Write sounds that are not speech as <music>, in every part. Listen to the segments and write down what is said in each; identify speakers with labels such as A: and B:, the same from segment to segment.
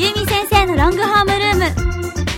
A: ロングホームルーム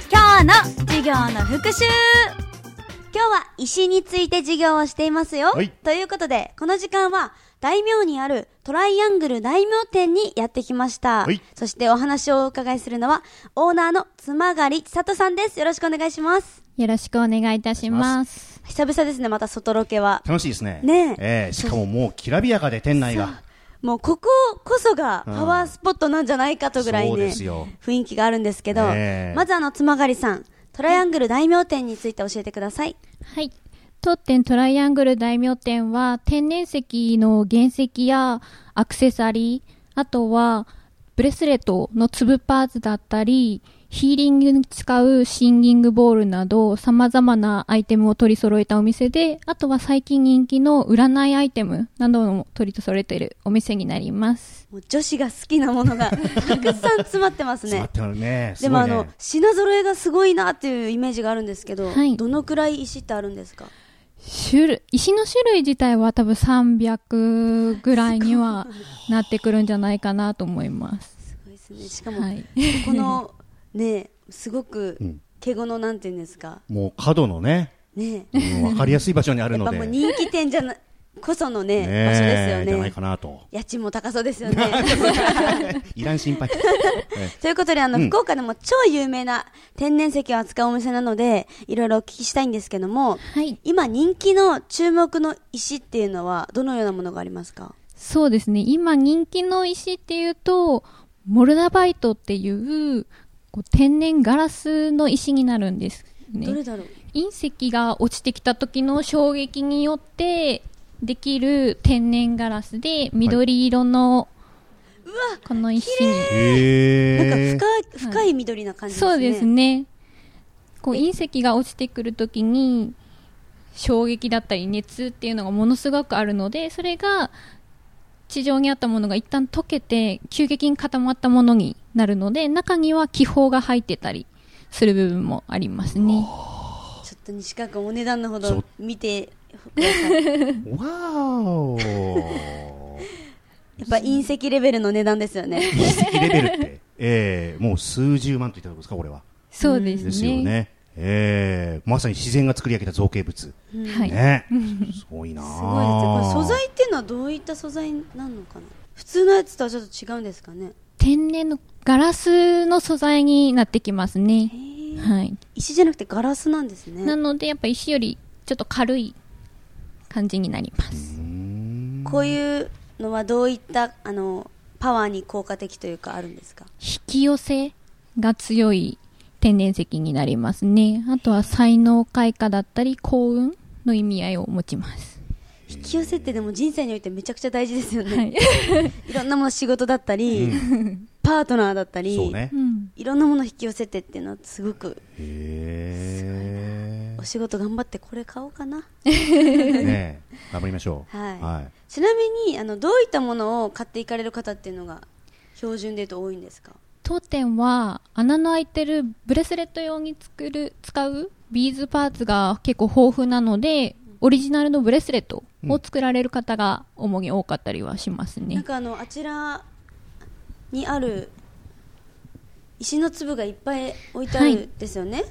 A: 今日の授業の復習今日は石について授業をしていますよ、
B: はい
A: ということでこの時間は大名にあるトライアングル大名店にやってきました、
B: はい
A: そしてお話をお伺いするのはオーナーの妻狩千里さんですよろしくお願いします
C: よろしくお願いいたします。
A: 久々ですねまた外ロケは
B: 楽しいですね。
A: ねえ
B: ええしかももうきらびやかで店内が。
A: もうこここそがパワースポットなんじゃないかとぐらい
B: そう
A: ね、
B: ですよ
A: 雰囲気があるんですけど、
B: ねえ
A: まずあの妻狩りさんトライアングル大名店について教えてください、
C: はい。当店トライアングル大名店は天然石の原石やアクセサリー、あとはブレスレットの粒パーツだったり、ヒーリングに使うシンギングボールなど様々なアイテムを取り揃えたお店で、あとは最近人気の占いアイテムなども取り揃えているお店になります。
A: もう女子が好きなもの
B: <laughs>
A: がたくさん詰まってます
B: 詰ま
A: ね
B: ってるね。
A: ですも
B: ご
A: あ
B: い
A: の
B: ね。
A: 品揃えがすごいなっていうイメージがあるんですけど、
C: はい
A: どのくらい石ってあるんですか
C: 種類石の種類自体は多分300ぐらいにはなってくるんじゃないかなと思います。
A: すごいですねしかも、
C: はい、
A: このねすごく
B: うん
A: 敬語のなんていうんですか
B: もう角のね、
A: ね
B: うんわかりやすい場所にある
A: <laughs> やっ
B: の
A: ぱ
B: で。
A: もう人気店じゃなこそのね
B: ね
A: 場所ですよ
B: じゃないかなと。
A: <laughs> 家賃も高そうです
B: <laughs>
A: よね。
B: いらん心
A: <laughs>
B: 配。え
A: ということで、あの、
B: うん
A: 福岡でも超有名な天然石を扱うお店なので、いろいろお聞きしたいんですけども、
C: はい、
A: 今人気の注目の石っていうのは、どのようなものがありますか
C: そうですね。今人気の石っていうと、モルダバイトっていうこう天然ガラスの石になるんです、ね。
A: どれだろう
C: 隕石が落ちてきた時の衝撃によってできる天然ガラスで緑色のこの石に、
B: へ
A: な
B: え
A: んか深い、深い緑な感じですね。
C: そうですね。こう
A: え
C: 隕石が落ちてくるときに衝撃だったり熱っていうのがものすごくあるので、それが地上にあったものが一旦溶けて急激に固まったものになるので、中には気泡が入ってたりする部分もありますね。
A: ちょっと西川君、お値段のほ
B: そ
A: ど
B: う
A: 見てください、や
B: わーお。
A: っぱ隕石レベルの値段ですよ
B: <laughs>
A: ね。
B: 隕石レベルって、ええもう数十万といったところですか、これは。
C: そうですね。
B: ですよね。ええまさに自然が作り上げた造形物。
C: は
A: はい <laughs>
C: い。
B: ね。すご
A: すご
B: いな
A: いですね。これ
B: あ
A: 素材っていうのはどういった素材なのかな普通のやつとはちょっと違うんですかね。
C: 天然のガラスの素材になってきますね
A: へ。ー
C: はい。
A: 石じゃなくてガラスなんですね。
C: なのでやっぱ石よりちょっと軽い感じになります。
A: こういうのはどういったあのパワーに効果的というかあるんですか
C: 引き寄せが強い天然石になりますね。あとは才能開花だったり幸運の意味合いを持ちます。
A: 引き寄せってでも人生においてめちゃくちゃ大事ですよね、、
C: はい
A: <laughs>
C: い。
A: ろんなもの仕事だったり、パートナーだったり
B: そうね
C: う。ん。
A: いろんなもの引き寄せてっていうのはすごく
B: へえ
A: お。仕事頑張ってこれ買おうかな
B: ねえ、頑張りましょう。
A: はい
B: はい。
A: ちなみにあのどういったものを買っていかれる方っていうのが標準で言うと多いんですか
C: 当店は穴の開いてるブレスレット用に作る、使うビーズパーツが結構豊富なので、オリジナルのブレスレットを作られる方が主に多かったりはします
A: なん
C: ね。
A: かあのあちらにある石の粒がいっぱい置いてあ
C: は
A: る
C: い
A: んですよね、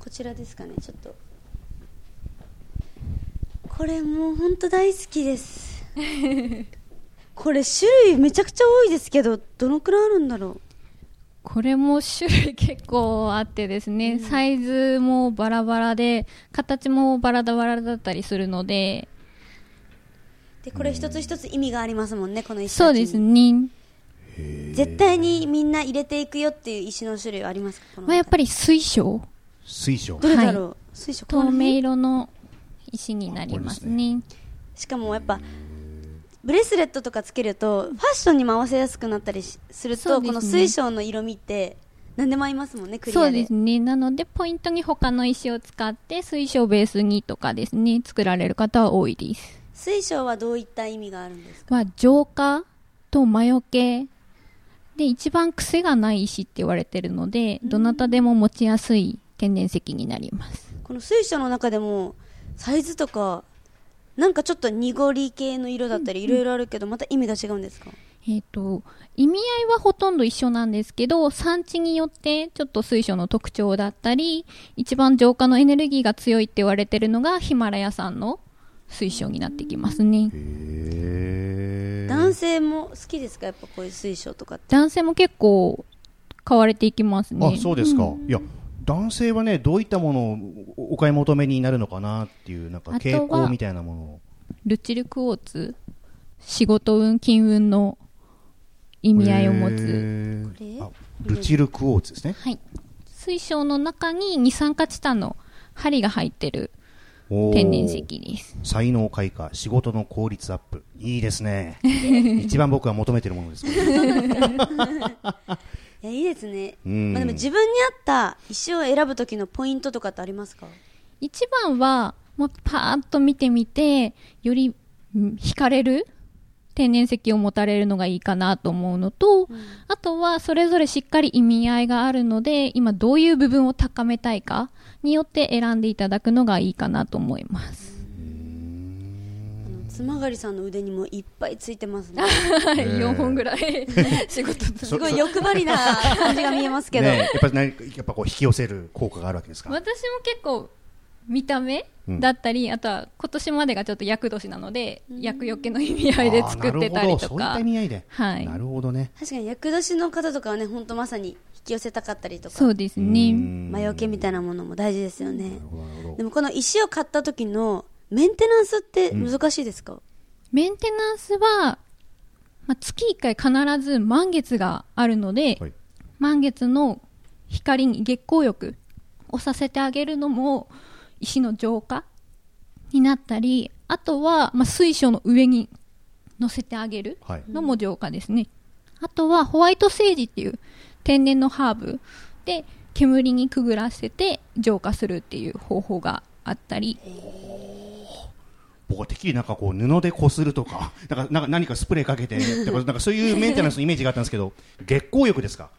A: こちらですかねちょっとこれもう本当大好きです
C: <laughs>
A: これ種類めちゃくちゃ多いですけどどのくらいあるんだろ
C: これも種類結構あってですね、サイズもバラバラで、形もバラバラだったりするので、
A: うでこれ一つ一つ意味がありますもんねこの石
C: そうですね。
A: 絶対にみんな入れていくよっていう石の種類はありますかこの
C: まあ、やっぱり水晶、
B: 水晶
A: ど。れだろう、水晶
C: 透明色の石になりますね。
A: しかもやっぱブレスレットとかつけるとファッションにも合わせやすくなったりしする
C: そ
A: と
C: うです
A: こ
C: ね
A: の水晶の色味って何でも合いますもんねクリア
C: そう
A: で
C: ですね。なので、ポイントに他の石を使って、水晶ベースにとかですね、作られる方は多いです。
A: 水晶はどういった意味があるんですか
C: は、浄化と魔除け。で、一番癖がない石って言われてるので、どなたでも持ちやすい天然石になります。
A: この水晶の中でもサイズとかなんかちょっと濁り系の色だったりいろいろあるけどまた意味が違うんですか、
C: えっ、と、意味合いはほとんど一緒なんですけど、産地によってちょっと水晶の特徴だったり、一番浄化のエネルギーが強いって言われてるのがヒマラヤ産の水晶になってきますね。
B: へえ。
A: 男性も好きですかやっぱこういう水晶とかって
C: 男性も結構買われていきますね。
B: あ、そうですか。いや、男性はね、どういったものをおお買い求めになるのかなっていう、なんか
C: あとは
B: 傾向みたいなものを。
C: ルチルクォーツ、仕事運、金運の意味合いを持つ。
B: つ
A: これ
B: あ、ルチルクオーツですね。
C: はい。水晶の中に二酸化チタンの針が入ってる
B: おー
C: 天然石です。
B: 才能開花、仕事の効率アップ。いいですね。一番僕が求めてるものですから。
A: いやいいですね、
B: うん
A: まあ、でも自分に合った石を選ぶ時のポイントとかってありますか
C: 一番は、もうパーッと見てみて、よりん惹かれる天然石を持たれるのがいいかなと思うのと、あとはそれぞれしっかり意味合いがあるので、今どういう部分を高めたいかによって選んでいただくのがいいかなと思います。 <laughs>
A: あのつまがりさんの腕にもいっぱいついてますね
C: はい、
B: えー
C: 4本ぐら <laughs> い仕事と
A: すごい欲張り
C: <laughs>
A: な感じが見えますけど、
B: ねえ、やっぱり何かやっぱこう引き寄せる効果があるわけですか
C: 私も結構見た目
B: うん
C: だったり、あとは今年までがちょっと厄年なので、厄除けの意味合いで作ってた
B: あ
C: りと
B: ーなるほどそういった
C: か
B: 意。味合いで、
C: はい
B: なるほどね
A: 確かに厄年の方とかはね本当まさに引き寄せたかったりとか
C: そうですね。
A: 魔除けみたいなものも大事ですよね
B: なるほどなるほど
A: でもこの石を買った時のメンテナンスって難しいですか、
C: メンテナンスは、まあ、月1回必ず満月があるので、
B: はい
C: 満月の光に月光浴をさせてあげるのも石の浄化になったりあとは、まあ、水晶の上に乗せてあげる
B: はい
C: のも浄化ですね、あとはホワイトセージっていう天然のハーブで煙にくぐらせて浄化するっていう方法があったり
B: 僕はてっきりなんかこう布でこするとか <laughs> なんかなんか何かスプレーかけてとかなんかそう
C: <laughs>
B: いうメンテナンスのイメージがあったんですけど月光浴ですか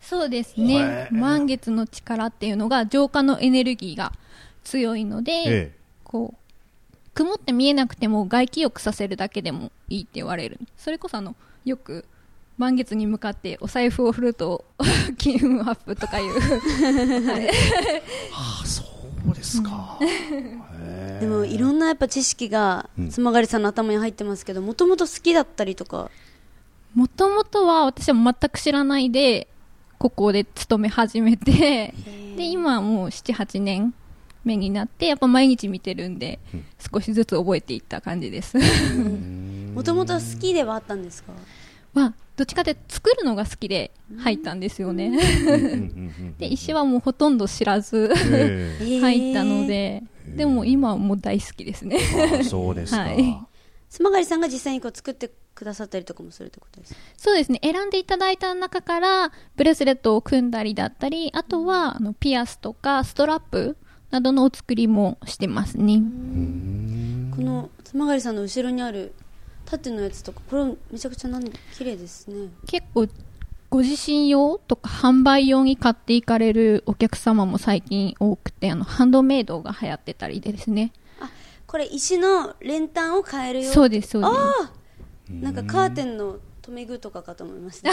C: そうです
B: へ
C: ね
B: え
C: 満月の力っていうのが浄化のエネルギーが強いので、
B: え
C: こう曇って見えなくても外気浴させるだけでもいいって言われるそれこそあのよく満月に向かってお財布を振ると <laughs> 金運アップとかいう
B: あそうですか、へえ
A: でもいろんなやっぱ知識がつまがりさんの頭に入ってますけどもともと好きだったりとか
C: <laughs> もともとは私は全く知らないでここで勤め始めて <laughs> で今はもう78年目になってやっぱ毎日見てるんで少しずつ覚えていった感じです
A: もともと好きではあったんですか
C: まあ、どっちかって作るのが好きで入ったんですよね。
B: うんうんうん
C: で、石はもうほとんど知らず
B: ええ
C: 入ったので、でも今はもう大好きですね。
B: あそうですか、
C: はい
A: つまがりさんが実際にこう作ってくださったりとかもするってことですか
C: そうですね、選んでいただいた中から、ブレスレットを組んだりだったり、あとは、あの、ピアスとかストラップなどのお作りもしてますね。
A: このつまがりさんの後ろにある縦のやつとかこれめちゃくちゃなん綺麗ですね
C: 結構、ご自身用とか販売用に買っていかれるお客様も最近多くて、あの、ハンドメイドが流行ってたりでですね。
A: あこれ石の練炭を変えるよ
C: そうです、そうです。
A: ああなんかカーテンの留め具とかかと思いました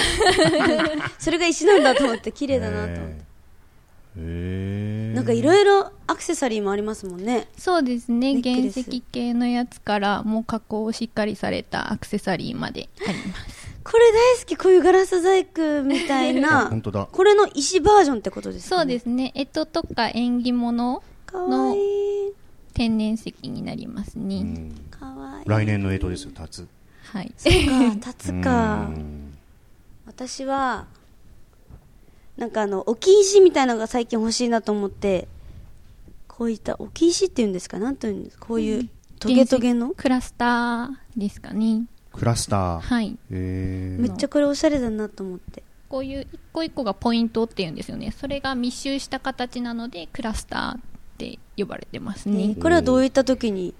A: <laughs> それが石なんだと思って綺麗だなと思って
B: へえ
A: なんかいろいろアクセサリーもありますもんね
C: そうですね
A: ネック
C: 原
A: レス
C: 石系のやつからもう加工をしっかりされたアクセサリーまであります
A: これ大好きこういうガラス細工みたい
B: あ
A: な
B: 本当だ
A: これの石バージョンってことですか、ね、
C: そうですね干支とか縁起物
A: かわいい
C: 天然石になりますね、
B: うん
A: かわいい
B: 来年の干支ですよ立つ
C: はい
A: か立つか
B: うん
A: 私はなんかあの置き石みたいなのが最近欲しいなと思ってこういった置き石っていうんですかなんていうんですかこういうトゲトゲの
C: 原石クラスターですかね
B: クラスター、
C: はい
B: え
A: めっちゃこれおしゃれだなと思って
C: こういう一個一個がポイントっていうんですよねそれが密集した形なのでクラスターって呼ばれてますね、
A: ねこれはどういった時に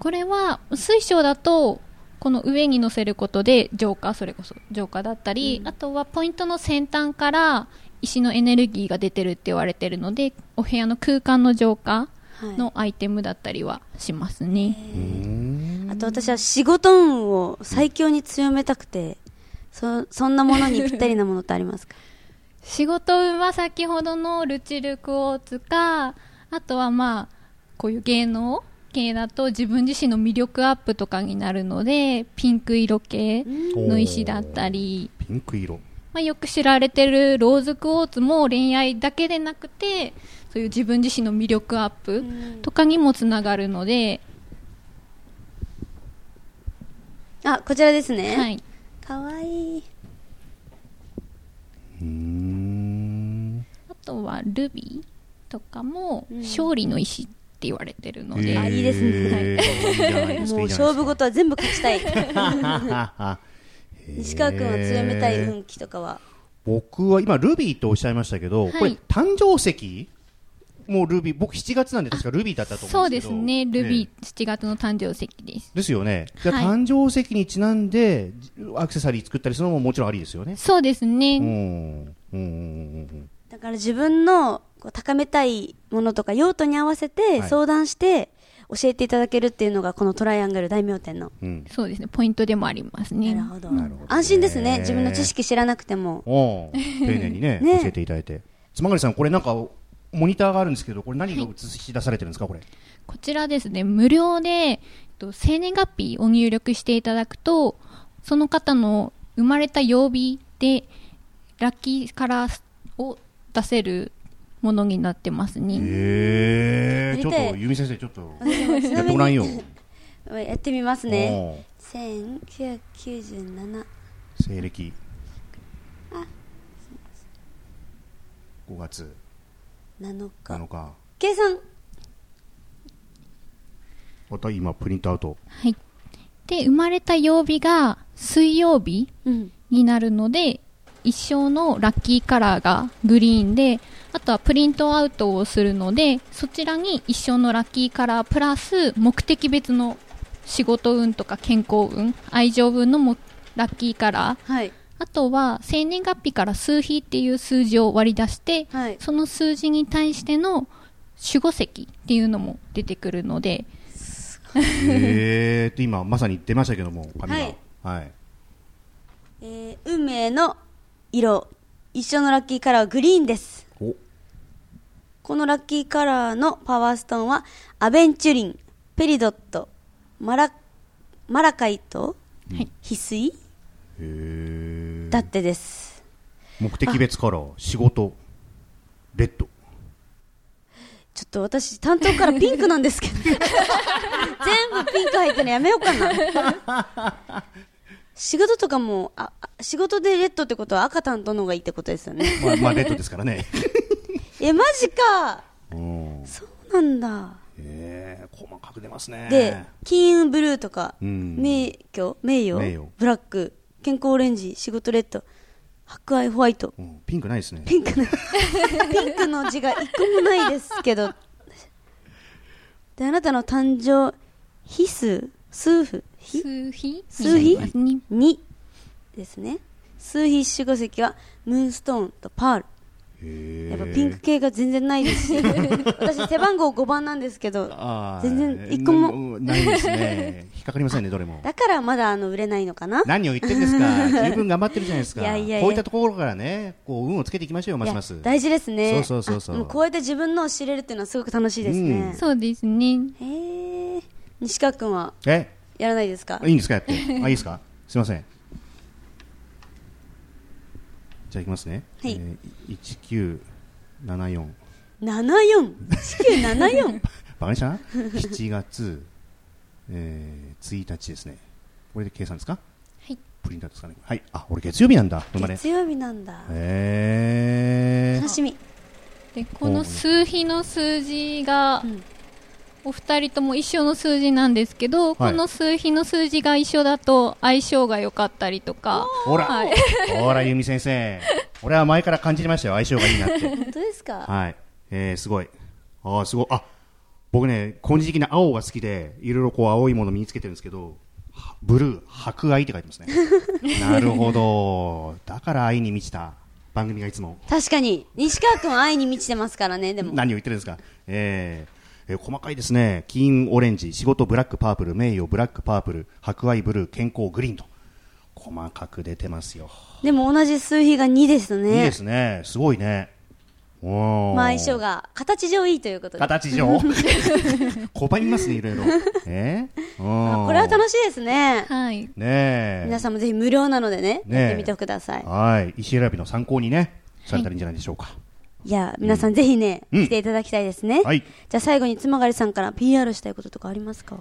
C: これは水晶だとこの上に乗せることで浄化それこそ浄化だったり、あとはポイントの先端から石のエネルギーが出てるって言われてるのでお部屋の空間の浄化のアイテムだったりはしますね、
B: うん
A: あと私は仕事運を最強に強めたくて、そそんなものにぴったりなものってありますか
C: 仕事運は先ほどのルチルクオーツかあとはまあこういう芸能系だと自分自身の魅力アップとかになるのでピンク色系の石だったり、
B: ピンク色
C: まあ、よく知られてるローズクオーツも恋愛だけでなくてそういう自分自身の魅力アップとかにもつながるので、
A: あこちらですね、
C: はい、
A: かわいいう
B: ーん
C: あとはルビーとかも
A: うん
C: 勝利の石って言われてるの
B: へ
C: で、
B: ー
A: あいいですね
B: はいいいじゃないですか
A: も
B: いう
A: 勝
B: いじゃないですか
A: 負事は全部勝ちたい
B: <laughs>
A: 西川君は強めたい
B: へー
A: 運気とかは
B: 僕は今ルビーとおっしゃいましたけど、
C: はい
B: これ誕生石もうルビー僕7月なんで確かルビーだったと思
C: そ
B: うん
C: う
B: で
C: です
B: け
C: す
B: ど
C: ねルビー
B: ええ
C: 7月の誕生石です
B: ですよねじゃあ
C: はい
B: 誕生石にちなんでアクセサリー作ったりするのももちろんありですよね
C: そうですね、
B: うんうんうんうん
A: だから自分のこう高めたいものとか用途に合わせて
B: はい
A: 相談して教えていただけるっていうのがこのトライアングル大名店の、
B: うんうん
C: そうですねポイントでもありますね
A: なるほど
B: なるほどね
A: 安心ですね自分の知識知らなくても
B: おー丁寧にね
A: ね
B: 教えていただいて妻狩さんこれなんかモニターがあるんですけどこれ何が映し出されてるんですかこれ
C: こちらですね、無料で、えっと生年月日を入力していただくと、その方の生まれた曜日で、ラッキーカラーを出せるものになってますね。
B: へえ
A: 見て
B: ちょっと由美先生ちょっと
A: ち
B: や
A: な
B: って
A: み
B: ごらん
A: に
B: よ
A: やってみますね
B: おー
A: 1997
B: 西暦5月
A: 7日
B: 7日
A: 計算
B: また今プリントアウト
C: はい。で、生まれた曜日が水曜日
A: うん
C: になるので、一生のラッキーカラーがグリーンで、あとはプリントアウトをするので、そちらに一生のラッキーカラープラス目的別の仕事運とか健康運、愛情運のもラッキーカラー、
A: はい
C: あとは生年月日から数比っていう数字を割り出して、
A: はい
C: その数字に対しての守護石っていうのも出てくるので、
B: えーと今まさに出ましたけども紙が
A: は
B: はいい、
A: えー運命の色一緒のラッキーカラーはグリーンです
B: お
A: このラッキーカラーのパワーストーンはアベンチュリンペリドットマラマラカイト
C: はい
A: 翡翠
B: へー
A: だってです
B: 目的別から仕事レッド
A: ちょっと私担当からピンクなんです
C: <laughs>
A: けど全部ピンク入ってるのやめようかな仕事とかもああ仕事でレッドってことは赤担当の方がいいってことですよね
B: まあ、まあ
A: <laughs>
B: レッドですからね
A: えマジか
B: うん
A: そうなんだ
B: えー、細かく出ますね
A: で、金運ブルーとか、
B: うん
A: 名誉、名誉
B: 名誉
A: ブラック、健康オレンジ、仕事レッド、博愛ホワイト。
B: うん、ピンクないですね
A: ピン
B: <laughs>
A: クの、ピンクの字が一個もないですけど。で、あなたの誕生、日数、数符、日
C: 数比
A: 数
C: に
A: 比
C: なりますね
A: にですね。数比守護石は、ムーンストーンとパール。
B: へ
A: やっぱ
B: ー
A: ピンク系が全然ない
B: <laughs>
A: ですし、私背番号5番なんですけど、
B: あー
A: 全然一個も
B: なないですね引っかかりませんねどれも
A: だからまだあの売れないのかな
B: 何を言ってんですか、十分頑張ってるじゃないですか、
A: いやいやいや
B: こういったところからね、こう運をつけていきましょうよ、ますます
A: いや。大事ですね
B: そうそうそうそう
A: あもこうやって自分のを知れるっていうのはすごく楽しいですね、
C: そうですね。
A: へえ西川君は
B: え
A: やらないですか
B: いいんですか、やって、あいいですか、すみません。じゃあ、いきますね、
A: はい
B: えー、1974、
A: 74
B: <laughs>
A: 1974
B: バカにしたな、7月、えー、1日ですね、これで計算ですか、
C: はい
B: プリンターですかね、はい、あ俺、月曜日なんだ、生まれ。
A: 月曜日なんだ
B: え
A: 楽
B: ー、
A: しみ
C: でこの数比の数字が、
A: うん
C: お二人とも一緒の数字なんですけど、この数比の数字が一緒だと相性が良かったりとか、
B: ほら、
C: はい
B: ほら、由美先生、俺は前から感じてましたよ、相性がいいなって。
A: <laughs> 本当ですか
B: はい。えー、すごい。ああ、すごい。あ、僕ね、今時期の青が好きで、いろいろこう青いもの身につけてるんですけど、はブルー、博愛って書い
A: <laughs>
B: てますね。なるほど。だから愛に満ちた番組がいつも。
A: 確かに西川君は愛に満ちてますからねでも
B: 何を言ってるんですか。えーえー細かいですね。金、オレンジ、仕事、ブラック、パープル、名誉、ブラック、パープル、博愛、ブルー、健康、グリーンと。細かく出てますよ。
A: でも同じ数比が2です
B: いい
A: ね。
B: ですね。すごいね。おー
A: まあ相性が形上いいということで。
B: 形
A: <laughs>
B: 上困りますね、いろいろ。え
A: あ
B: ー、
A: これは
B: し
A: 楽しいですね。
C: はい。
B: い。ねえ。
A: 皆さんもぜひ無料なのでね、
B: ねえ
A: やってみてください。
B: はい。石選びの参考にね、されたらいいんじゃないでしょうか。
A: いや、皆さんぜひね、
B: うん
A: 来ていただきたいですね。
B: はい
A: じゃあ最後につまがりさんから PR したいこととかありますか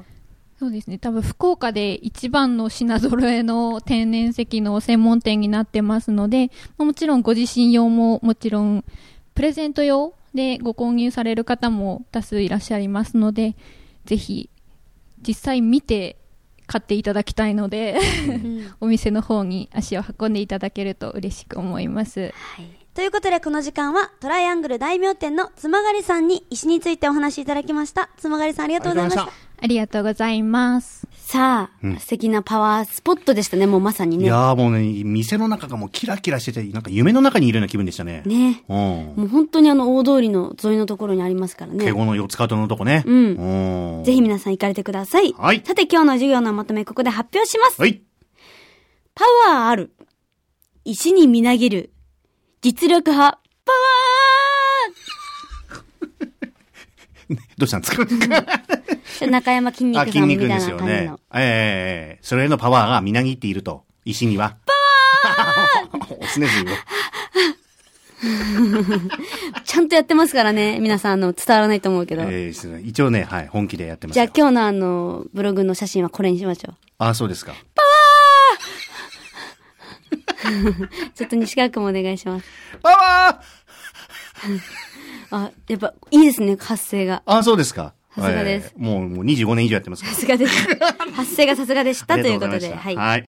C: そうですね。多分福岡で一番の品揃えの天然石の専門店になってますので、まあもちろんご自身用ももちろんプレゼント用でご購入される方も多数いらっしゃいますので、ぜひ実際見て買っていただきたいので、 <laughs> お店の方に足を運んでいただけると嬉しく思います。
A: ということでこの時間はトライアングル大名店のつまがりさんに石についてお話しいただきました。つまがりさんありがとうございました。
B: ありがとうございました
C: ありがとうござい
D: さ
C: ます。
D: あ、素敵なパワースポットでしたね、もうまさに
B: い
D: ね。
B: やーもうね、店の中がもうキラキラしてて、なんか夢の中にいるような気分でしたね。
D: ね。
B: うん。
D: もう本当にあの大通りの沿いのところにありますから
B: 敬
D: ね。。
B: 語の四つ角のとこね。うん
D: ぜひ皆さん行かれてください。
B: はい
D: さて今日の授業のまとめここで発表します。
B: はい。 <laughs>
D: パワーある。石にみなぎる。実力派。パワ
B: どうしたんですか
D: ーちょっと <laughs> 中山筋肉さ
B: あ、
D: んみた
B: 筋
D: い
B: 肉
D: な
B: です
D: 感じ
B: よね
D: の。。
B: ええそれへのパワーがみなぎっていると。石には。パワーおすねずよ。
D: <laughs> ちゃんとやってますからね。皆さん、あの、伝わらないと思うけど。
B: えー一応ね、はい、本気でやってます
D: じゃあ
B: よ。
D: 今日のあの、ブログの写真はこれにしましょ
B: あ、そうですか。
D: う。 <laughs> ちょっと西川くんもお願いします。
B: パワー
D: あ、やっぱ、いいですね、発声が。
B: あ、そうですか。
D: さすがです
B: えーもう、もう25年以上やってますから。
D: さすがです。発声がさすがでしたということで、
B: ありがござましたはい。